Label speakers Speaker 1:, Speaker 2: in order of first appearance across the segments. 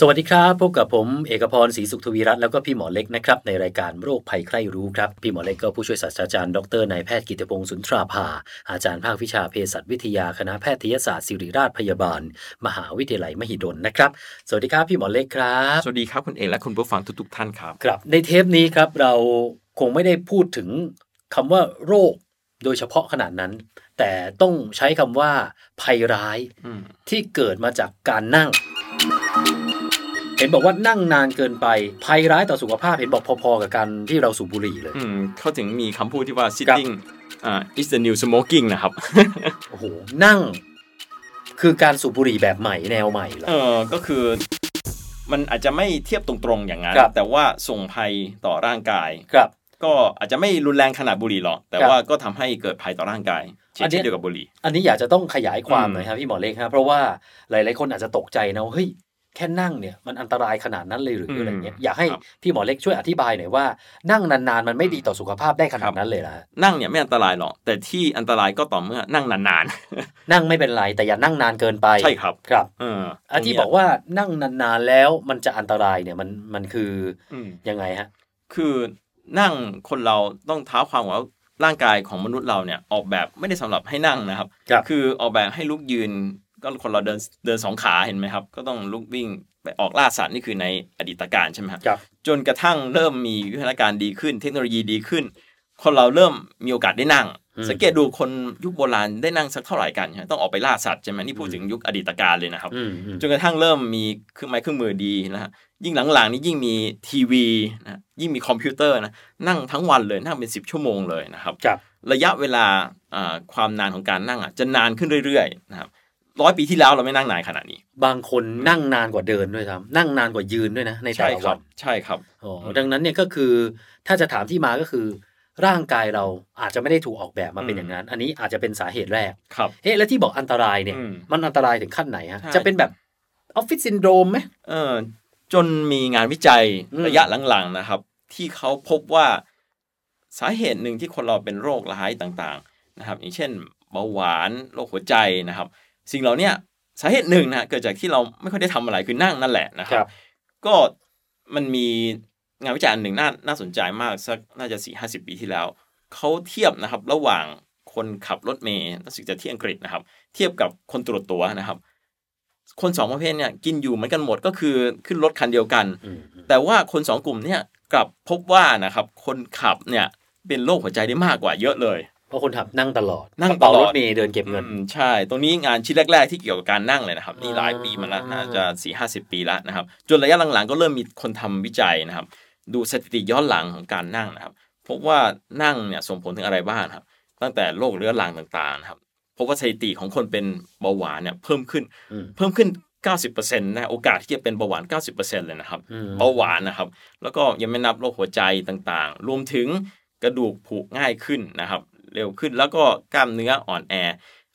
Speaker 1: สวัสดีครับ พบกับผมเอกพรศรีสุขทวีรัตน์แล้วก็พี่หมอเล็กนะครับ ในรายการโรคภัยใครรู้ครับ พี่หมอเล็กก็ผู้ช่วยศาสตราจารย์ดรนายแพทย์กิตติพงศ์สุนทราภา อาจารย์ภาควิชาเภสัชวิทยาคณะแพทยศาสตร์ศิริราชพยาบาล มหาวิทยาลัยมหิดลนะครับ สวัสดีครับพี่หมอเล็กครับ
Speaker 2: สวัสดีครับคุณเอกและคุณผู้ฟังทุกๆท่านครับ
Speaker 1: ครับในเทปนี้ครับเราคงไม่ได้พูดถึงคำว่าโรคโดยเฉพาะขนาดนั้น แต่ต้องใช้คำว่าภัยร้าย
Speaker 2: อืม
Speaker 1: ที่เกิดมาจากการนั่ง เห็นบอกว่านั่งนานเกินไป ภัยร้ายต่อสุขภาพเห็นบอกพอๆกับการที่เราสูบบุหรี่เลย
Speaker 2: อืมเขาถึงมีคำพูดที่ว่า sitting อ่า is the new smoking นะครับ
Speaker 1: โอ้โห นั่ง คือการสูบบุหรี่แบบใหม่แนวใหม่เหรอ
Speaker 2: เออก็คือมันอาจจะไม่เทียบตรงๆอย่างนั้น
Speaker 1: ครับ
Speaker 2: แต่ว่าส่งภัยต่อร่างกาย
Speaker 1: ครับ
Speaker 2: ก็อาจจะไม่รุนแรงขนาดบุหรี่หรอก แต่
Speaker 1: ครับ
Speaker 2: ว่าก็ทำให้เกิดภัยต่อร่างกายเช่
Speaker 1: อั
Speaker 2: น
Speaker 1: นเนี้
Speaker 2: เช่
Speaker 1: ย
Speaker 2: นเดียวกับบุหรี่
Speaker 1: อันนี้อยากจะต้องขยายความ
Speaker 2: อืม
Speaker 1: หน่อยครับพี่หมอเล็กครับเพราะว่าหลาย ๆ คนอาจจะตกใจนะว่าเฮ้ยแค่นั่งเนี่ยมันอันตรายขนาดนั้นเลยหรืออะไรเงี้ยอยากให้พี่หมอเล็กช่วยอธิบายหน่อยว่านั่งนาน ๆ มันไม่ดีต่อสุขภาพได้ขนาดนั้นเลยนะ
Speaker 2: นั่งเนี่ยไม่อันตรายหรอก แต่ที่อันตรายก็ต่อเมื่อนั่งนาน
Speaker 1: นั่งไม่เป็นไรแต่อย่านั่งนานเกินไป
Speaker 2: ๆ ใช่ครับ
Speaker 1: ครับ
Speaker 2: เออ
Speaker 1: อันที่บอกว่านั่งนาน ๆ แล้วมันจะอันตรายเนี่ยมันมันคือ
Speaker 2: อืม
Speaker 1: ยังไงฮะ
Speaker 2: คือนั่งคนเราต้องเท้าความว่าร่างกายของมนุษย์เราเนี่ยออกแบบไม่ได้สำหรับให้นั่งนะครับ
Speaker 1: ครับ
Speaker 2: อออกแบบให้ลุกยืนก็คนเราเดินเดินสองขาเห็นไหมครับ ก็ต้องลุกวิ่งไปออกล่าสัตว์นี่คือในอดีตการใช่ไหมครับ
Speaker 1: ครับ
Speaker 2: จนกระทั่งเริ่มมีวิทยาการดีขึ้น เทคโนโลยีดีขึ้น คนเราเริ่มมีโอกาสได้นั่ง สังเกตดูคนยุคโบราณได้นั่งสักเท่าไหร่กันใช่ไหมต้องออกไปล่าสัตว์ใช่ไหมนี่พูดถึงยุคอดีตการเลยนะครับ
Speaker 1: อืมอืม
Speaker 2: จนกระทั่งเริ่มมีเครื่องไม้เครื่องมือดีนะฮะยิ่งหลังๆนี่ยิ่งมีทีวีนะยิ่งมีคอมพิวเตอร์นะนั่งทั้งวันเลยนั่งเป็น 10 ชั่วโมงเลยนะครับ
Speaker 1: ครับ
Speaker 2: ระยะเวลาอ่าความนานของการนั่งอ่ะจะนานขึ้นเรื่อยๆนะครับร้อยปีที่แล้วเราไม่นั่งนานขนาดนี้
Speaker 1: บางคนนั่งนานกว่าเดินด้วยครับนั่งนานกว่ายืนด้วยนะในแต่
Speaker 2: ใช่
Speaker 1: ละ
Speaker 2: ค
Speaker 1: วั
Speaker 2: รั
Speaker 1: น
Speaker 2: ใช่ครับ
Speaker 1: อ๋อดังนั้นเนี่ยก็คือถ้าจะถามที่มาก็คือ ร่างกายเราอาจจะไม่ได้ถูกออกแบบมาเป็น
Speaker 2: อืม
Speaker 1: อย่างนั้น อันนี้อาจจะเป็นสาเหตุแรก
Speaker 2: ครับ
Speaker 1: เอ๊ะแล้วที่บอกอันตรายเนี่ย
Speaker 2: อืม
Speaker 1: มันอันตรายถึงขั้นไหนฮะ
Speaker 2: ใช่
Speaker 1: จะเป็นแบบออฟฟิศซินโดรมไหม
Speaker 2: เออจนมีงานวิจัย
Speaker 1: อืม
Speaker 2: ระยะหลังๆนะครับ ที่เขาพบว่าสาเหตุหนึ่งที่คนเราเป็นโรคร้ายต่างๆนะครับ อย่างเช่นเบาหวานโรคหัวใจนะครับ สิ่งเหล่าเนี้ยสาเหตุหนึ่งนะฮะเกิดจากที่เราไม่ค่อยได้ทำอะไรคือนั่งนั่นแหละนะค
Speaker 1: ครั
Speaker 2: รับ
Speaker 1: บ
Speaker 2: ก็มันมีงานวิจัยอันหนึ่งน่าน่าสนใจมากสักน่าจะสี่ห้าสิบปีที่แล้วเขาเทียบนะครับระหว่างคนขับรถเมล์รู้สึกจะที่อังกฤษนะครับ เทียบกับคนตรวจตัวนะครับ คนสองประเภทเนี่ยกินอยู่เหมือนกันหมดก็คือขึ้นรถคันเดียวกัน
Speaker 1: อืม
Speaker 2: แต่ว่าคนสองกลุ่มเนี่ยกลับพบว่านะครับคนขับเนี่ยเป็นโรคหัวใจได้มากกว่าเยอะเลย
Speaker 1: เพราะคนขับนั่งตลอด
Speaker 2: นั่ง
Speaker 1: กระเป๋า
Speaker 2: ตล
Speaker 1: ร
Speaker 2: อด
Speaker 1: ถเมล์เดินเก็บเงิน
Speaker 2: อืมใช่ ตรงนี้งานชิ้นแรก ๆ ที่เกี่ยวกับการนั่งเลยนะครับ นี่
Speaker 1: อ่า
Speaker 2: หลายปีมาแล้วน่าจะ4ี่ห้าสิบปีแล้วนะครับ จนระยะหลัง ๆ ก็เริ่มมีคนทำวิจัยนะครับ ดูสถิติย้อนหลังของการนั่งนะครับ พบว่านั่งเนี่ยส่งผลถึงอะไรบ้างนะครับ ตั้งแต่โรคเรื้อรังต่างๆนะครับพบว่าสถิติของคนเป็นเบาหวานเนี่ยเพิ่มขึ้น
Speaker 1: อืม
Speaker 2: เพิ่มขึ้น 90%นะโอกาสที่จะเป็นเบาหวาน 90%เลยนะครับ
Speaker 1: อืม
Speaker 2: เบาหวานนะครับ แล้วก็ยังไม่นับโรคหัวใจต่างๆ รวมถึงกระดูกผุง่ายขึ้นนะครับ เร็วขึ้นแล้วก็กล้ามเนื้ออ่อนแอ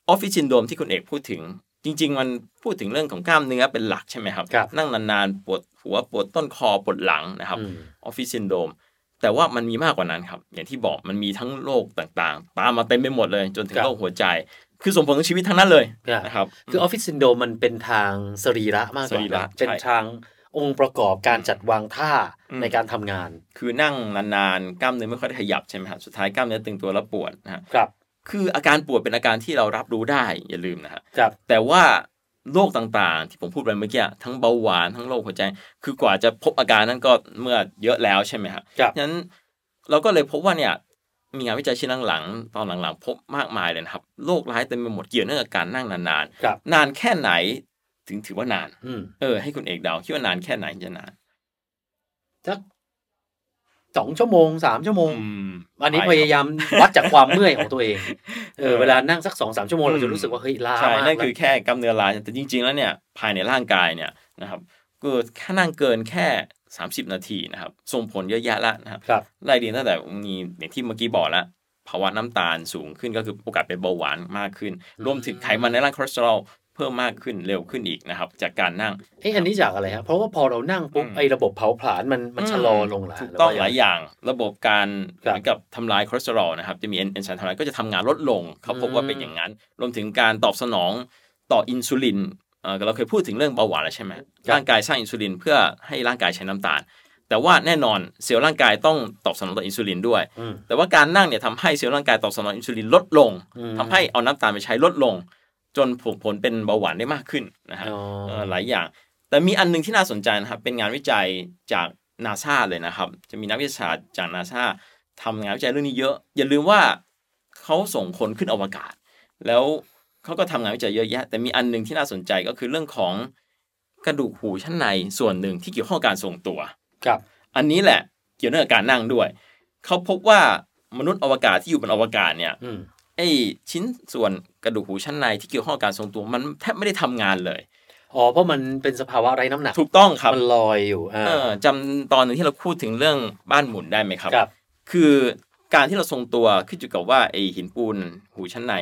Speaker 2: ออฟฟิศซินโดรมที่คุณเอกพูดถึง จริง ๆ มันพูดถึงเรื่องของกล้ามเนื้อเป็นหลักใช่ไหมครับ
Speaker 1: ครับ
Speaker 2: นั่งนานๆ ปวดหัวปวดต้นคอปวดหลังนะครับ
Speaker 1: อืม
Speaker 2: ออฟฟิศซินโดรมแต่ว่ามันมีมากกว่านั้นครับ อย่างที่บอกมันมีทั้งโรคต่างๆ ตามมาเต็มไปหมดเลย จนถึงโรคหัวใจ คือส่งผลต่อชีวิตทั้งนั้นเลย
Speaker 1: ครับ
Speaker 2: นะครับ
Speaker 1: คือออฟฟิศซินโดรมมันเป็นทางสรีระมากก
Speaker 2: ส
Speaker 1: ว่า
Speaker 2: รีระ
Speaker 1: เป็น
Speaker 2: ใช่
Speaker 1: ทางองค์ประกอบการจัดวางท่า
Speaker 2: อืม
Speaker 1: ในการทำงาน
Speaker 2: คือนั่งนานๆ กล้ามเนื้อไม่ค่อยได้ขยับใช่ไหมครับสุดท้ายกล้ามเนื้อตึงตัวแล้วปวดนะฮะ
Speaker 1: ครับ
Speaker 2: คืออาการปวดเป็นอาการที่เรารับรู้ได้อย่าลืมนะฮะ
Speaker 1: ครับ
Speaker 2: แต่ว่าโรคต่างๆ ที่ผมพูดไปเมื่อกี้ทั้งเบาหวานทั้งโรคหัวใจ คือกว่าจะพบอาการนั้นก็เมื่อเยอะแล้วใช่ไหมฮะ
Speaker 1: ครับ
Speaker 2: ฉะนั้นเราก็เลยพบว่าเนี่ยมีงานวิจัยชิ้นหลังๆตอนหลังๆ พบมากมายเลยนะครับโรคร้ายเต็มไปหมดเกี่ยวเนื่องกับการนั่งนาน
Speaker 1: ครับ
Speaker 2: ๆ นานแค่ไหนถึงถือว่านาน
Speaker 1: อืม
Speaker 2: เออให้คุณเอกเดาคิดว่านานแค่ไหนจะนาน
Speaker 1: สักสองชั่วโมงสามชั่วโมง
Speaker 2: ม
Speaker 1: อันนี้พยายามวัดจากความเมื่อยของตัวเอง เออ
Speaker 2: เออ
Speaker 1: เวลานั่งสักสองสามชั่วโมง
Speaker 2: อืม
Speaker 1: เราจะรู้สึกว่าเฮ้ยล้า
Speaker 2: ใช่
Speaker 1: มาก
Speaker 2: นั่นคือ
Speaker 1: แล้ว
Speaker 2: แค่กล้ามเนื้อร้ายแต่จริง ๆ แล้วเนี่ยภายในร่างกายเนี่ยนะครับก็แค่นั่งเกินแค่ 30 นาทีนะครับส่งผลเยอะแยะละนะครับ
Speaker 1: ครับ
Speaker 2: ไล่เรียงตั้งแต่มีอย่างที่เมื่อกี้บอกแล้ว ภาวะน้ำตาลสูงขึ้นก็คือโอกาสเป็นเบาหวานมากขึ้น รวมถึงไขมันในร่างคอเลสเตอรอลเพิ่มมากขึ้นเร็วขึ้นอีกนะครับ จากการนั่ง
Speaker 1: เอ้อันนี้จากอะไรฮะเพราะว่าพอเรานั่งปุ๊บ
Speaker 2: อืม
Speaker 1: ไอ้ระบบเผาผลาญมันมันชะลอลงเหรอฮะ
Speaker 2: ถูก
Speaker 1: รื
Speaker 2: ต้อง
Speaker 1: ว่
Speaker 2: หลายอย่างระบบการ
Speaker 1: ครับ
Speaker 2: เหมือนกับทำลายคอเลสเตอรอลนะครับจะมีเอนไซม์ทำลายก็จะทำงานลดลงเขาพบว่าเป็นอย่างนั้น รวมถึงการตอบสนองต่ออินซูลินเอ่อเราเคยพูดถึงเรื่องเบาหวานแล้วใช่ไหม
Speaker 1: ครับ
Speaker 2: ร่างกายสร้างอินซูลินเพื่อให้ร่างกายใช้น้ำตาล แต่ว่าแน่นอนเซลล์ร่างกายต้องตอบสนองต่ออินซูลินด้วย
Speaker 1: อืม
Speaker 2: แต่ว่าการนั่งเนี่ยทำให้เซลล์ร่างกายตอบสนองอินซูลินลดลง
Speaker 1: อืม
Speaker 2: ทำให้เอาน้ำตาลไปใช้ลดลง จนผลผลเป็นเบาหวานได้มากขึ้นนะฮะ
Speaker 1: อ๋อ
Speaker 2: เอ่อหลายอย่าง แต่มีอันหนึงที่น่าสนใจนะครับ เป็นงานวิจัยจากนาซาเลยนะครับ จะมีนักวิทยาศาสตร์จากนาซาทำงานวิจัยเรื่องนี้เยอะ อย่าลืมว่าเขาส่งคนขึ้นอวกาศ แล้วเขาก็ทำงานวิจัยเยอะแยะ แต่มีอันหนึงที่น่าสนใจก็คือเรื่องของกระดูกหูชั้นในส่วนหนึ่งที่เกี่ยวข้องกับการทรงตัว
Speaker 1: ครับ
Speaker 2: อันนี้แหละเกี่ยวเนื่องกับการนั่งด้วย เขาพบว่ามนุษย์อวกาศที่อยู่บนอวกาศเนี่ย
Speaker 1: อืม
Speaker 2: ไอชิ้นส่วนกระดูกหูชั้นในที่เกี่ยวข้องกับการทรงตัวมันแทบไม่ได้ทำงานเลย
Speaker 1: อ๋อ เพราะมันเป็นสภาวะไร้น้ำหนัก
Speaker 2: ถูกต้องครับ
Speaker 1: มันลอยอยู่อ่า
Speaker 2: เออจำตอนหนึงที่เราพูดถึงเรื่องบ้านหมุนได้ไหมครับ
Speaker 1: ครับ
Speaker 2: คือการที่เราทรงตัวขึ้นอยู่กับว่าไอหินปูนหูชั้นใน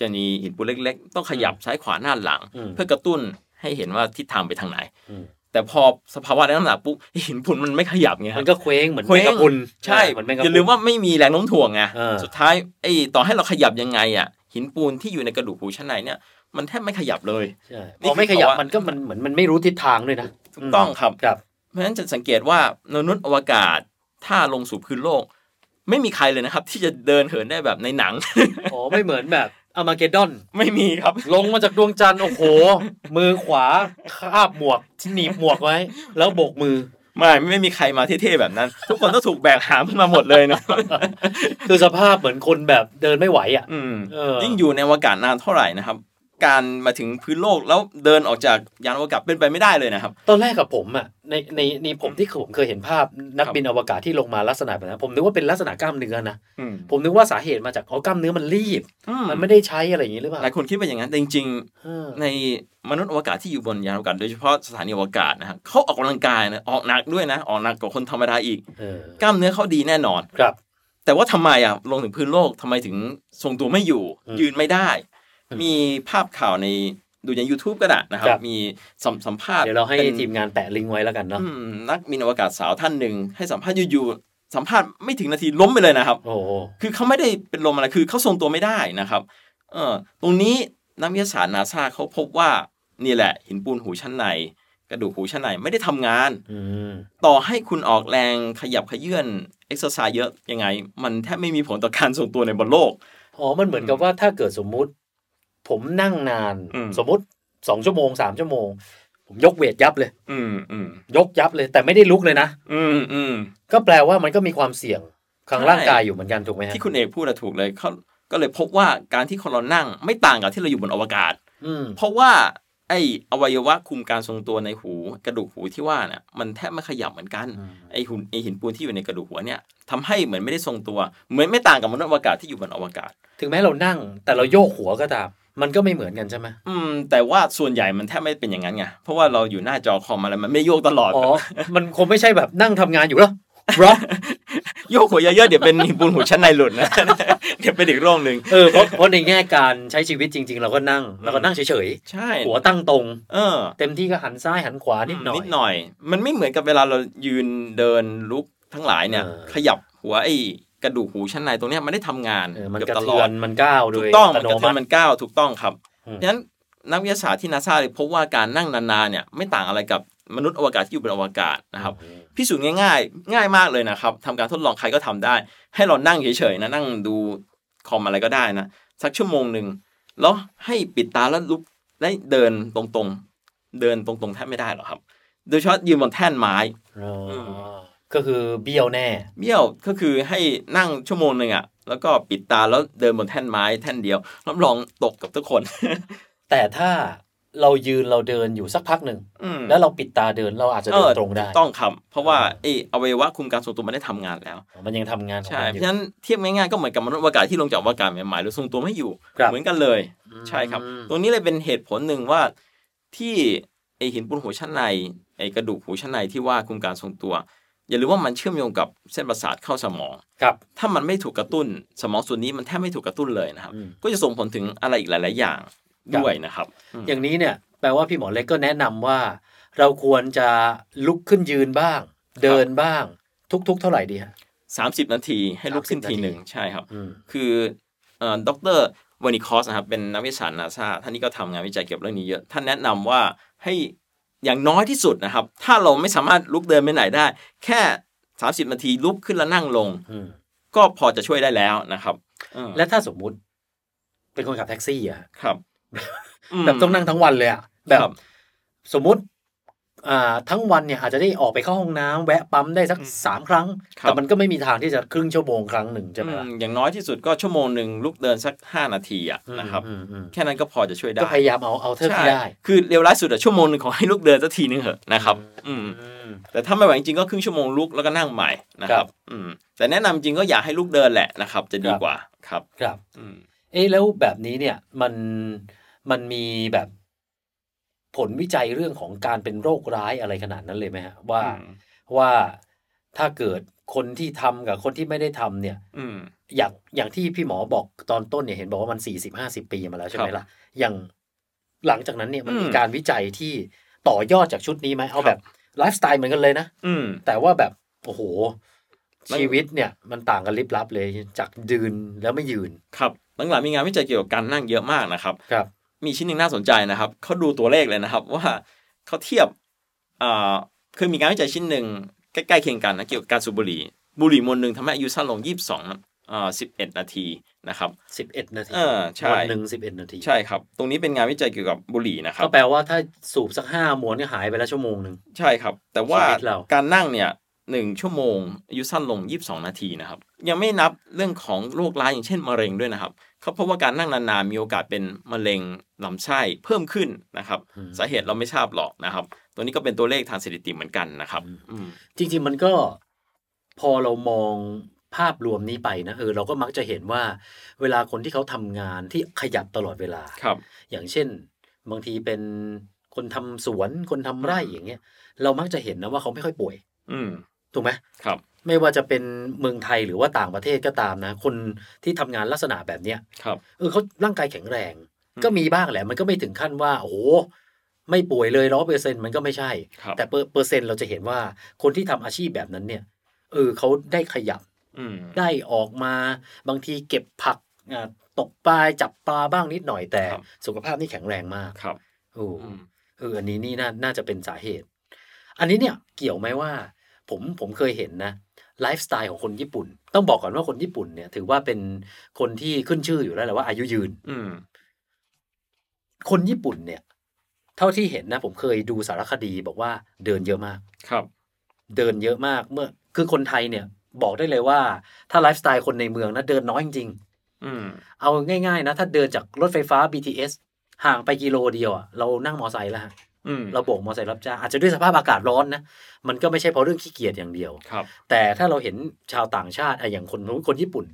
Speaker 2: จะมีหินปูนเล็ก ๆ ต้องขยับซ้ายขวาหน้าหลัง
Speaker 1: อืม
Speaker 2: เพื่อกระตุ้นให้เห็นว่าทิศทางไปทางไหน
Speaker 1: อืม
Speaker 2: แต่พอสภาวะแรงน้ำหนักปุ๊บ ไอ้หินปูนมันไม่ขยับไงค
Speaker 1: มั
Speaker 2: รับ
Speaker 1: นก็เคว้งเหมือน
Speaker 2: เคว้
Speaker 1: แม
Speaker 2: ง
Speaker 1: งกะพรุน
Speaker 2: ใช่
Speaker 1: เหมือนแมงกะพ
Speaker 2: อ
Speaker 1: รุน
Speaker 2: ย่าลืมว่าไม่มีแรงโน้มถ่วงไง
Speaker 1: เออ
Speaker 2: สุดท้ายไอ้ต่อให้เราขยับยังไงอ่ะหินปูนที่อยู่ในกระดูกหูชั้นในเนี่ยมันแทบไม่ขยับเลย
Speaker 1: ใช่
Speaker 2: นี่
Speaker 1: พอไม่
Speaker 2: คือ
Speaker 1: ขยับ
Speaker 2: ภาวะ
Speaker 1: มันก็มันเหมือนมันไม่รู้ทิศทางด้วยนะ
Speaker 2: ถูกต้องครับ
Speaker 1: ครับ
Speaker 2: เพราะฉะนั้นจะสังเกตว่ามนุษย์อวกาศถ้าลงสู่พื้นโลก ไม่มีใครเลยนะครับ ที่จะเดินเหินได้แบบในหนัง
Speaker 1: อ๋อ ไม่เหมือนแบบอามาเกดดอน
Speaker 2: ไม่มีครับ
Speaker 1: ลงมาจากดวงจันทร์โอ้โห มือขวาคาบหมวกหนีบหมวกไว้ แล้วโบกมือ
Speaker 2: ไม่ไม่มีใครมาเท่ๆแบบนั้น ทุกคนต้องถูกแบกหามขึ้นมาหมดเลยนะ
Speaker 1: คือสภาพเหมือนคนแบบเดินไม่ไหวอ่ะ
Speaker 2: อืม
Speaker 1: เออ
Speaker 2: ยิ่งอยู่ในอวกาศนานเท่าไหร่นะครับ การมาถึงพื้นโลกแล้วเดินออกจากยานอวกาศเป็นไปไม่ได้เลยนะครับ
Speaker 1: ตอนแรกกับผมอ่ะในในในผมที่ผมเคยเห็นภาพนัก
Speaker 2: ครับ
Speaker 1: บินอวกาศที่ลงมาลักษณะแบบนั้นผมนึกว่าเป็นลักษณะกล้ามเนื้อนะ
Speaker 2: อืม
Speaker 1: ผมนึกว่าสาเหตุมาจากอ๋อกล้ามเนื้อมันรีบ มันไม่ได้ใช้อะไรอย่างนี้หรือเปล่า
Speaker 2: หลายคนคิดว่าอย่างนั้นแต่จริง
Speaker 1: เออ
Speaker 2: ๆ ในมนุษย์อวกาศที่อยู่บนยานอวกาศโดยเฉพาะสถานีอวกาศนะครับเขาออกกำลังกายนะออกหนักด้วยนะออกหนักกว่าคนธรรมดาอีก
Speaker 1: เออก
Speaker 2: ล้ามเนื้อเขาดีแน่นอน
Speaker 1: ครับ
Speaker 2: แต่ว่าทำไมอ่ะลงถึงพื้นโลกทำไมถึงทรงตัวไม่อยู่
Speaker 1: อืม
Speaker 2: ยืนไม่ได้
Speaker 1: อืม
Speaker 2: มีภาพข่าวในดูใน YouTube ก็ได้นะครับ
Speaker 1: ครับ
Speaker 2: มีสัมสัมภาษณ์
Speaker 1: เดี๋ยวเราให้
Speaker 2: ป็น
Speaker 1: ทีมงานแปะลิงก์ไว้แล้วกันเนาะ
Speaker 2: อืมนักบินอวกาศสาวท่านหนึ่ง ให้สัมภาษณ์อยู่ๆสัมภาษณ์ไม่ถึงนาทีล้มไปเลยนะครับ
Speaker 1: โอ้โห
Speaker 2: คือเขาไม่ได้เป็นลมอะไรคือเขาทรงตัวไม่ได้นะครับเออตรงนี้นักวิทยาศาสตร์นาซาเขาพบว่านี่แหละ หินปูนหูชั้นใน กระดูกหูชั้นในไม่ได้ทำงาน
Speaker 1: อืม
Speaker 2: ต่อให้คุณออกแรงขยับขยื่นเอ็กซ์ไซส์เยอะยังไง มันแทบไม่มีผลต่อการทรงตัวในบนโลก
Speaker 1: อ๋อมันเหมือนกับว่าถ้าเกิดสมมุติ ผมนั่งนาน
Speaker 2: อืม
Speaker 1: สมมติสองชั่วโมงสามชั่วโมง ผมยกเวทยับเลย
Speaker 2: อืมอืม
Speaker 1: ยกยับเลย แต่ไม่ได้ลุกเลยนะ
Speaker 2: อืมอืม
Speaker 1: ก็แปลว่ามันก็มีความเสี่ยงทาง
Speaker 2: ใช่
Speaker 1: ร่างกายอยู่เหมือนกันถูกไหมฮะ
Speaker 2: ที่คุณเอกพูดอะถูกเลยเขาก็เลยพบว่าการที่คนเรานั่งไม่ต่างกับที่เราอยู่บนอวกาศ
Speaker 1: อืม
Speaker 2: เพราะว่า ไออวัยวะคุมการทรงตัวในหูกระดูกหูที่ว่าเนี่ยมันแทบไม่ขยับเหมือนกัน ไอหุ่นไอหินปูนที่อยู่ในกระดูกหัวเนี่ยทำให้เหมือนไม่ได้ทรงตัว เหมือนไม่ต่างกับมนุษย์อวกาศที่อยู่บนอวกาศ
Speaker 1: ถึงแม้เรานั่ง แต่เราโยกหัวก็ตามมันก็ไม่เหมือนกันใช่ไหม
Speaker 2: อืม แต่ว่าส่วนใหญ่มันแทบไม่เป็นอย่างนั้นไงเพราะว่าเราอยู่หน้าจอคอมอะไรมันไม่โยกตลอด
Speaker 1: อ๋อ มันคงไม่ใช่แบบนั่งทำงานอยู่หรอหรอ
Speaker 2: โยกหัวเยอะๆเดี๋ยวเป็นหินปูนหูชั้นในหลุดนะ เดี๋ยวเป็นอีกโรคหนึ่ง
Speaker 1: เออเพราะเพราะในแง่การใช้ชีวิตจริง ๆ เราก็นั่งเราก็นั่งเฉย
Speaker 2: ใช่
Speaker 1: ๆหัวตั้งตรง
Speaker 2: เออ
Speaker 1: เต็มที่ก็หันซ้ายหันขวานิดหน่อย
Speaker 2: นิดหน่อย มันไม่เหมือนกับเวลาเรายืนเดินลุกทั้งหลายเนี่ย
Speaker 1: เออ
Speaker 2: ขยับหัวไอ้กระดูกหูชั้นในตรงเนี้ยมันได้ทำงาน
Speaker 1: เออมัน
Speaker 2: เกือบ
Speaker 1: กระ
Speaker 2: ตล
Speaker 1: เทื
Speaker 2: อ
Speaker 1: อ
Speaker 2: ด
Speaker 1: นมันก้าวโด
Speaker 2: ถู
Speaker 1: ย
Speaker 2: กต้อง
Speaker 1: อั
Speaker 2: มั
Speaker 1: ต
Speaker 2: นกระ
Speaker 1: โน
Speaker 2: เทื
Speaker 1: มั
Speaker 2: อนมั
Speaker 1: ติ
Speaker 2: นก้าวถูกต้องครับ
Speaker 1: อืม
Speaker 2: ฉะนั้นนักวิทยาศาสตร์ที่นาซาเลยพบว่าการนั่งนานๆเนี่ยไม่ต่างอะไรกับมนุษย์อวกาศที่อยู่บนอวกาศนะครับ พิสูจน์ง่ายๆ ง่ายมากเลยนะครับทำการทดลองใครก็ทำได้ ให้เรานั่งเฉยๆนะนั่งดูคอมอะไรก็ได้นะ สักชั่วโมงหนึ่งแล้วให้ปิดตาแล้วลุกได้เดินตรงๆ เดินตรงๆแทบไม่ได้หรอกครับ โดยเฉพาะยืนบนแท่นไม้
Speaker 1: อ๋ออ
Speaker 2: ม
Speaker 1: ก็คือเบี้ยวแน่
Speaker 2: เบี้ยวก็คือให้นั่งชั่วโมงหนึ่งอ่ะแล้วก็ปิดตาแล้วเดินบนแท่นไม้แท่นเดียวรับรองตกกับทุกคน
Speaker 1: แต่ถ้าเรายืนเราเดินอยู่สักพักหนึ่ง
Speaker 2: อืม
Speaker 1: แล้วเราปิดตาเดินเราอาจจะเดินตรงได้
Speaker 2: ถูกต้องครับเพราะว่าไอ้อวัยวะคุมการทรงตัวมันได้ทำงานแล้ว
Speaker 1: มันยังทำงานของ
Speaker 2: ใช่
Speaker 1: มันอ
Speaker 2: เพราะ
Speaker 1: ยู่
Speaker 2: ฉะนั้นเทียบง่ายๆก็เหมือนกับมนุษย์อวกาศที่ลงจากอวกาศใหม่ๆหรือทรงตัวไม่อยู่
Speaker 1: ครับ
Speaker 2: เหมือนกันเลย ใช่ครับ
Speaker 1: อืม
Speaker 2: ตรงนี้เลยเป็นเหตุผลหนึ่งว่าที่ไอหินปูนหัวชั้นในไอกระดูกหูชั้นในที่ว่าคุมการทรงตัว อย่าลืมว่ามันเชื่อมโยงกับเส้นประสาทเข้าสมอง
Speaker 1: ครับ
Speaker 2: ถ้ามันไม่ถูกกระตุ้น สมองส่วนนี้มันแทบไม่ถูกกระตุ้นเลยนะครับ
Speaker 1: อืม
Speaker 2: ก็จะส่งผลถึงอะไรอีกหลาย ๆ อย่างด้วยนะครับม
Speaker 1: อย่างนี้เนี่ยแปลว่าพี่หมอเล็กก็แนะนำว่า เราควรจะลุกขึ้นยืนบ้าง เดินบ้าง ทุกๆ เท่าไหร่ดีฮะ
Speaker 2: สามสิบนาทีให้ลุกขึ้น
Speaker 1: 30
Speaker 2: ที
Speaker 1: นาที
Speaker 2: หนึ่งใช่ครับ
Speaker 1: อืม
Speaker 2: คือด็อกเตอร์วานิคอสนะครับเป็นนักวิชาการนาซาท่านนี้ก็ทำงานวิจัยเกี่ยวกับเรื่องนี้เยอะ ท่านแนะนำว่าให้อย่างน้อยที่สุดนะครับ ถ้าเราไม่สามารถลุกเดินไปไหนได้ แค่ 30 นาทีลุกขึ้นแล้วนั่งลง
Speaker 1: อืม
Speaker 2: ก็พอจะช่วยได้แล้วนะครับเออ
Speaker 1: และถ้าสมมุติ เป็นคนขับแท็กซี่อะฮะ
Speaker 2: ครับม
Speaker 1: แบบต้องนั่งทั้งวันเลยอะแบ
Speaker 2: ครับ บ
Speaker 1: สมมติอ่าทั้งวันเนี่ย อาจจะได้ออกไปเข้าห้องน้ำแวะปั๊มได้สักสามครั้ง
Speaker 2: ครับ
Speaker 1: แต่มันก็ไม่มีทางที่จะครึ่งชั่วโมงครั้งหนึ่งใช่ไหมล่ะ
Speaker 2: อืมอย่างน้อยที่สุดก็ชั่วโมงหนึ่งลุกเดินสัก 5 นาทีอะนะครับ
Speaker 1: อืมอืมอื
Speaker 2: แค่นั้นก็พอจะช่วย
Speaker 1: ม
Speaker 2: ได้
Speaker 1: ก็พยายามเอาเอาเท่าที่ได้
Speaker 2: ใช่คือเร็วร้ายสุดอะชั่วโมงหนึ่งขอให้ลุกเดินสักทีนึงเหอะนะครับ อืม
Speaker 1: อืม
Speaker 2: แต่ถ้าไม่ไหวจริงๆก็ครึ่งชั่วโมงลุกแล้วก็นั่งใหม่นะค
Speaker 1: ครั
Speaker 2: รับบ อืมแต่แนะนำจริงก็อยากให้ลุกเดินแหละนะครับ จะดี
Speaker 1: ครับ
Speaker 2: กว่าครับ
Speaker 1: ครับ
Speaker 2: อืม
Speaker 1: เอ๊ะแล้วแบบนี้เนี่ยมันมันมีแบบผลวิจัยเรื่องของการเป็นโรคร้ายอะไรขนาดนั้นเลยไหมฮะว่าว่าถ้าเกิดคนที่ทำกับคนที่ไม่ได้ทำเนี่ย
Speaker 2: อืม
Speaker 1: อย่างอย่างที่พี่หมอบอกตอนต้นเนี่ยเห็นบอกว่ามันสี่สิบห้าสิบปีมาแล้วใช่ไหมล่ะอย่างหลังจากนั้นเนี่ยมันมี
Speaker 2: อืม
Speaker 1: การวิจัยที่ต่อยอดจากชุดนี้ไหมเอา
Speaker 2: ครับ
Speaker 1: แบบไลฟ์สไตล์เหมือนกันเลยนะ
Speaker 2: อืม
Speaker 1: แต่ว่าแบบโอ้โห
Speaker 2: มัน
Speaker 1: ชีวิตเนี่ยมันต่างกันลิบลับเลยจากยืนแล้วไม่ยืน
Speaker 2: ครับหลังๆมีงานวิจัยเกี่ยวกับการนั่งเยอะมากนะครับ
Speaker 1: ครับ
Speaker 2: มีชิ้นหนึ่งน่าสนใจนะครับเขาดูตัวเลขเลยนะครับ ว่าเขาเทียบอ่าคือมีงานวิจัยชิ้นหนึ่งใกล้ๆเคียงกันนะเกี่ยวกับการสูบบุหรี่บุหรี่มวลหนึ่งทำให้อายุสั้นลง 22อ่า11 นาทีนะครับ
Speaker 1: สิบเอ็ดนาที
Speaker 2: เออใช่
Speaker 1: วันหนึ่งสิบเอ็ดนาที
Speaker 2: ใช่ครับ ตรงนี้เป็นงานวิจัยเกี่ยวกับบุหรี่นะครับ
Speaker 1: ก็แปลว่าถ้าสูบสักห้าม้วนก็หายไปแล้วชั่วโมงหนึ่ง
Speaker 2: ใช่ครับ แต่ว่า
Speaker 1: ชีวิตเรา
Speaker 2: การนั่งเนี่ยหนึ่งชั่วโมงอายุสั้นลง 22 นาทีนะครับ ยังไม่นับเรื่องของโรคร้ายอย่างเช่นมะเร็งด้วยนะครับเขาพบว่าการนั่งนานๆมีโอกาสเป็นมะเร็งลำไส้เพิ่มขึ้นนะครับสาเหตุเราไม่ทราบหรอกนะครับ ตัวนี้ก็เป็นตัวเลขทางสถิติเหมือนกันนะครับอืม
Speaker 1: จริง ๆ มันก็พอเรามองภาพรวมนี้ไปนะเออเราก็มักจะเห็นว่า เวลาคนที่เขาทำงานที่ขยับตลอดเวลา
Speaker 2: ครับ
Speaker 1: อย่างเช่น บางทีเป็นคนทำสวนคนทำไร่อย่างเงี้ยเรามักจะเห็นนะว่าเขาไม่ค่อยป่วย
Speaker 2: อืม
Speaker 1: ถูกไหม
Speaker 2: ครับ
Speaker 1: ไม่ว่าจะเป็นเมืองไทยหรือว่าต่างประเทศก็ตามนะ คนที่ทำงานลักษณะแบบเนี้ย
Speaker 2: ครับ
Speaker 1: เออเขาร่างกายแข็งแรง
Speaker 2: อืม
Speaker 1: ก็มีบ้างแหละ มันก็ไม่ถึงขั้นว่า โอ้โหไม่ป่วยเลยร้อเปอร์เซ็นต์มันก็ไม่ใช่
Speaker 2: ครับ
Speaker 1: แต่เปอร์เปอร์เซ็นต์เราจะเห็นว่าคนที่ทำอาชีพแบบนั้นเนี่ยเออเขาได้ขยับ
Speaker 2: อืม
Speaker 1: ได้ออกมา บางทีเก็บผักอ่าตกปลาจับปลาบ้างนิดหน่อยแต่ สุขภาพนี่แข็งแรงมาก
Speaker 2: ครับ
Speaker 1: โอ้
Speaker 2: อืม
Speaker 1: เอออันนี้นี่น่าน่าจะเป็นสาเหตุ อันนี้เนี่ยเกี่ยวไหมว่า ผมผมเคยเห็นนะไลฟ์สไตล์ของคนญี่ปุ่น ต้องบอกก่อนว่าคนญี่ปุ่นเนี่ย ถือว่าเป็นคนที่ขึ้นชื่ออยู่แล้วแหละว่าอายุยืน
Speaker 2: อืม
Speaker 1: คนญี่ปุ่นเนี่ย เท่าที่เห็นนะ ผมเคยดูสารคดีบอกว่าเดินเยอะมาก
Speaker 2: ครับ
Speaker 1: เดินเยอะมากเมื่อ คือคนไทยเนี่ย บอกได้เลยว่า ถ้าไลฟ์สไตล์คนในเมืองนะเดินน้อยจริง
Speaker 2: อืม
Speaker 1: ๆเอาง่ายๆนะ ถ้าเดินจากรถไฟฟ้า BTS ห่างไปกิโลเดียวอะเรานั่งมอไซค์แล้วฮะ
Speaker 2: อืม
Speaker 1: เราโบกมอไซค์รับจ้างอาจจะด้วยสภาพอากาศร้อนนะมันก็ไม่ใช่เพราะเรื่องขี้เกียจอย่างเดียว
Speaker 2: ครับ
Speaker 1: แต่ถ้าเราเห็นชาวต่างชาติอะอย่างคนคนญี่ปุ่น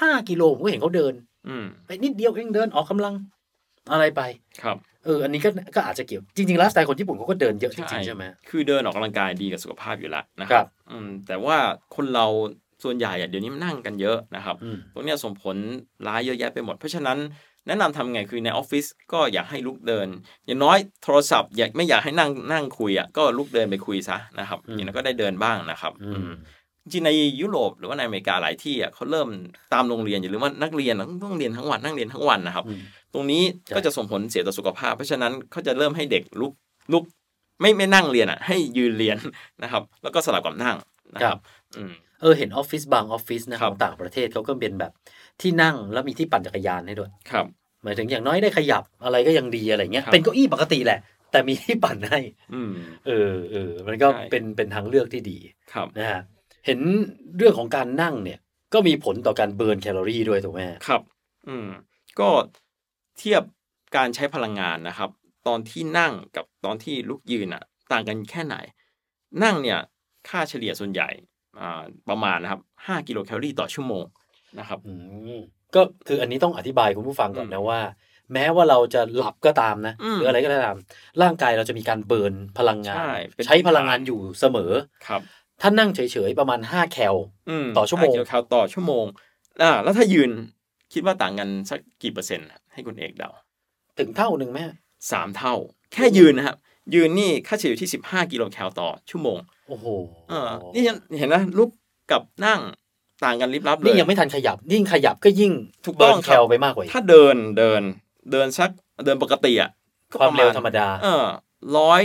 Speaker 1: ห้ากิโลผมก็เห็นเขาเดิน
Speaker 2: อืม
Speaker 1: ไปนิดเดียวเองเดินออกกำลังอะไรไป
Speaker 2: ครับ
Speaker 1: เออ อันนี้ก็ ก็อาจจะเกี่ยว จริงๆไลฟ์สไตล์คนญี่ปุ่นเขาก็เดินเยอะจริงๆใช่ไหม
Speaker 2: คือเดินออกกำลังกายดีกับสุขภาพอยู่แล้วนะ
Speaker 1: ค
Speaker 2: ค
Speaker 1: รั
Speaker 2: รับ บอืมแต่ว่าคนเราส่วนใหญ่อะเดี๋ยวนี้มันนั่งกันเยอะนะครับ
Speaker 1: อืม
Speaker 2: ตรงเนี้ยส่งผลร้ายเยอะแยะไปหมด เพราะฉะนั้นแนะนำทำไงคือในออฟฟิศก็อยากให้ลุกเดิน อย่างน้อยโทรศัพท์อยากไม่อยากให้นั่งนั่งคุยอ่ะก็ลุกเดินไปคุยซะนะครับ
Speaker 1: อืม
Speaker 2: อย่างนั้นก็ได้เดินบ้างนะครับ
Speaker 1: อื
Speaker 2: อื
Speaker 1: ม
Speaker 2: มจริงๆในยุโรปหรือว่าในอเมริกาหลายที่อ่ะเขาเริ่มตามโรงเรียนอย่าลืมว่านักเรียนต้องต้องเรียนทั้งวันนั่งเรียนทั้งวันนะครับ
Speaker 1: อืม
Speaker 2: ตรงนี้
Speaker 1: ใช่
Speaker 2: ก็จะส่งผลเสียต่อสุขภาพ เพราะฉะนั้นเขาจะเริ่มให้เด็กลุกลุกไม่ไม่นั่งเรียนอ่ะ ให้ยืนเรี ยนนะครับ แล้วก็สลับกับนั่งนะครับ อืม
Speaker 1: เออ เห็นออฟฟิศบางออฟฟิศนะ
Speaker 2: ค
Speaker 1: ข
Speaker 2: รับ
Speaker 1: องต่างประเทศเขาก็เป็นแบบที่นั่งแล้วมีที่ปั่นจักรยานให้ด้วย
Speaker 2: ครับ
Speaker 1: หมายถึงอย่างน้อยได้ขยับอะไรก็ยังดีอะไรเงี้ย
Speaker 2: ครับ
Speaker 1: เป็นเก้าอี้ปกติแหละ แต่มีที่ปั่นให้
Speaker 2: อืม
Speaker 1: เออเออ มันก็
Speaker 2: ใช่
Speaker 1: เป็น เป็นทางเลือกที่ดี
Speaker 2: ครับ
Speaker 1: นะฮะ เห็นเรื่องของการนั่งเนี่ย ก็มีผลต่อการเบิร์นแคลอรี่ด้วยถูกไหมฮะ
Speaker 2: ครับ อืม ก็เทียบการใช้พลังงานนะครับ ตอนที่นั่งกับตอนที่ลุกยืนอ่ะ ต่างกันแค่ไหน นั่งเนี่ย ค่าเฉลี่ยส่วนใหญ่อ่าประมาณนะครับ 5 กิโลแคลอรี่ต่อชั่วโมงนะครับ
Speaker 1: อืมก็ คืออันนี้ต้องอธิบายคุณผู้ฟังก่อนนะว่า แม้ว่าเราจะหลับก็ตามนะ
Speaker 2: อืม
Speaker 1: หรืออะไรก็ตาม ร่างกายเราจะมีการเบิร์นพลังงาน
Speaker 2: ใช่เป็น
Speaker 1: ใช้พลังงานอยู่เสมอ
Speaker 2: ครับ
Speaker 1: ถ้านั่งเฉยๆประมาณ 5 แคล
Speaker 2: ม
Speaker 1: ต่อชั่วโมง
Speaker 2: ากิโลคาลต่อชั่วโมงอ่าแล้วถ้ายืนคิดว่าต่างกันสักกี่เปอร์เซ็นต์ ให้คุณเอกเดา
Speaker 1: ถึงเท่าหนึ่งไหม
Speaker 2: สามเท่า แค่ยืนนะครับ ยืนนี่ค่าเฉลี่ยอยู่ที่ 15 กิโลแคลต่อชั่วโมง
Speaker 1: โอ้โห
Speaker 2: เออนี่ยังเห็นนะลุกกับนั่งต่างกันลิบลับเลย
Speaker 1: นี่ยังไม่ทันขยับยิ่งขยับก็ยิ่ง
Speaker 2: ถูกต้อง
Speaker 1: เบิร์น
Speaker 2: ค
Speaker 1: แครับ ลไปมากกว่าอีก
Speaker 2: ถ้าเดินเดินเดินสักเดินปกติอ่ะก็
Speaker 1: ความ
Speaker 2: ปะ
Speaker 1: เร็วธรรมดา
Speaker 2: เออร้อย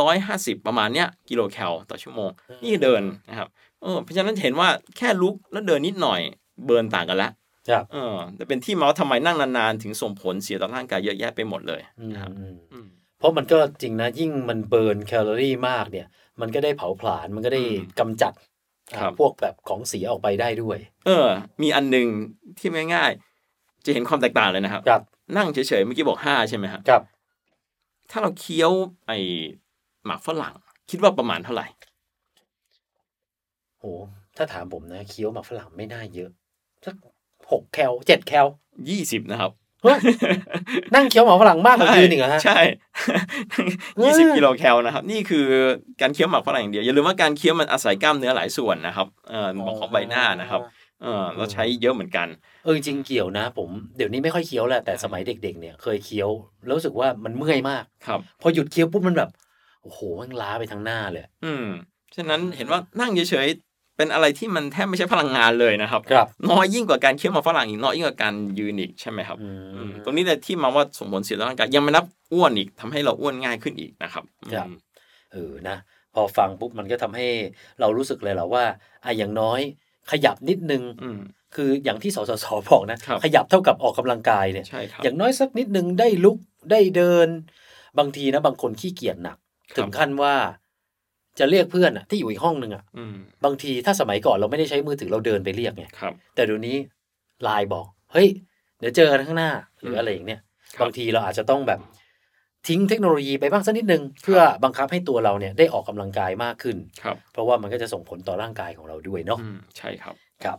Speaker 2: ร้อยห้าสิบประมาณเนี้ยกิโลแคลต่อชั่วโมง
Speaker 1: อืม
Speaker 2: นี่เดินนะครับเออเพราะฉะนั้นเห็นว่าแค่ลุกแล้วเดินนิดหน่อยเบิร์นต่างกันละ
Speaker 1: ครับ
Speaker 2: เออแต่เป็นที่มาว่าทำไมนั่งนานๆ ถึงส่งผลเสียต่อร่างกายเยอะแยะไปหมดเลย
Speaker 1: อืม
Speaker 2: นะครับ
Speaker 1: อืม
Speaker 2: อืม
Speaker 1: เพราะมันก็จริงนะ ยิ่งมันเบิร์นแคลอรี่มากเนี่ย มันก็ได้เผาผลาญมันก็ได้
Speaker 2: อืม
Speaker 1: กำจัด
Speaker 2: ครับ
Speaker 1: พวกแบบของเสียออกไปได้ด้วย
Speaker 2: เออ มีอันหนึ่งที่ง่ายๆ จะเห็นความแตกต่างเลยนะครับ
Speaker 1: ครับ
Speaker 2: นั่งเฉยๆเมื่อกี้บอก 5 ใช่ไหมครับ
Speaker 1: ครับ
Speaker 2: ถ้าเราเคี้ยวไอหมากฝรั่ง คิดว่าประมาณเท่าไหร่
Speaker 1: โห ถ้าถามผมนะเคี้ยวหมากฝรั่งไม่น่าเยอะสักหกแคลเจ็ดแคล
Speaker 2: 20 นะครับ
Speaker 1: เฮ้ ย นั่งเคี้ยวหมากฝรั่งมากกว่ายืนอีกเหรอฮะ
Speaker 2: ใช่ ยี่สิบกิโลแคลนะครับ นี่คือการเคี้ยวหมากฝรั่งอย่างเดียวอย่าลืมว่าการเคี้ยวมันอาศัยกล้ามเนื้อหลายส่วนนะครับเออของใบหน้านะครับเออเราใช้เยอะเหมือนกัน
Speaker 1: เออจริงเกี่ยวนะ ผมเดี๋ยวนี้ไม่ค่อยเคี้ยวแหละแต่สมัยเด็ก ๆ เนี่ยเคยเคี้ยวแล้วรู้สึกว่ามันเมื่อยมาก
Speaker 2: ครับ
Speaker 1: พอหยุดเคี้ยวปุ๊บมันแบบโอ้โหมันล้าไปทั้งหน้าเลย
Speaker 2: อืม ฉะนั้นเห็นว่านั่งเฉยๆ เป็นอะไรที่มันแทบไม่ใช่พลังงานเลยนะครับ
Speaker 1: ครับ
Speaker 2: น้อยยิ่งกว่าการเคี้ยวหมากฝรั่งอีก น้อยยิ่งกว่าการยืนอีกใช่ไหมครับ
Speaker 1: อื
Speaker 2: อืม
Speaker 1: ม
Speaker 2: ตรงนี้เลยที่มาว่าส่งผลเสียต่อร่างกายยังไม่นับอ้วนอีกทำให้เราอ้วนง่ายขึ้นอีกนะครับ
Speaker 1: ครับ
Speaker 2: อืม
Speaker 1: เออนะ พอฟังปุ๊บมันก็ทำให้เรารู้สึกเลยเหรอว่าอ่ะอย่างน้อย ขยับนิดนึง
Speaker 2: อืม
Speaker 1: คืออย่างที่สสสบอกนะ
Speaker 2: ครับ
Speaker 1: ขยับเท่ากับออกกำลังกายเนี่ย
Speaker 2: ใช่ครับ
Speaker 1: อย่างน้อยสักนิดนึงได้ลุกได้เดิน บางทีนะ บางคนขี้เกียจหนัก
Speaker 2: ครับ
Speaker 1: ถึงขั้นว่า จะเรียกเพื่อนอะที่อยู่อีกห้องนึงอะ
Speaker 2: อืม
Speaker 1: บางทีถ้าสมัยก่อนเราไม่ได้ใช้มือถือเราเดินไปเรียกไง
Speaker 2: ครับ
Speaker 1: แต่เดี๋ยวนี้ไลน์บอก เฮ้ย เดี๋ยวเจอกันข้างหน้า หรือ
Speaker 2: ม
Speaker 1: อะไรอย่างเนี้ย
Speaker 2: ครับ
Speaker 1: บางทีเราอาจจะต้องแบบ ทิ้งเทคโนโลยีไปบ้างสักนิดนึง เพื่อบังคับให้ตัวเราเนี่ยได้ออกกำลังกายมากขึ้น
Speaker 2: ครับ
Speaker 1: เพราะว่ามันก็จะส่งผลต่อร่างกายของเราด้วยเนาะ
Speaker 2: อืมใช่ครับ
Speaker 1: ครับ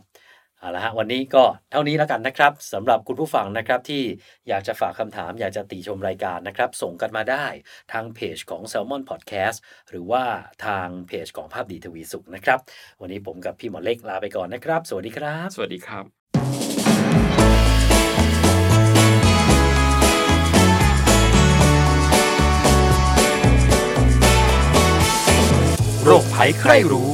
Speaker 1: เอาละฮะวันนี้ก็เท่านี้แล้วกันนะครับสำหรับคุณผู้ฟังนะครับที่อยากจะฝากคำถาม อยากจะติชมรายการนะครับ ส่งกันมาได้ทางเพจของ Salmon Podcast หรือว่าทางเพจของภาพดีทวีสุขนะครับ วันนี้ผมกับพี่หมอเล็กลาไปก่อนนะครับ สวัสดีครับ
Speaker 2: สวัสดีครับ
Speaker 3: โรคภัยใครรู้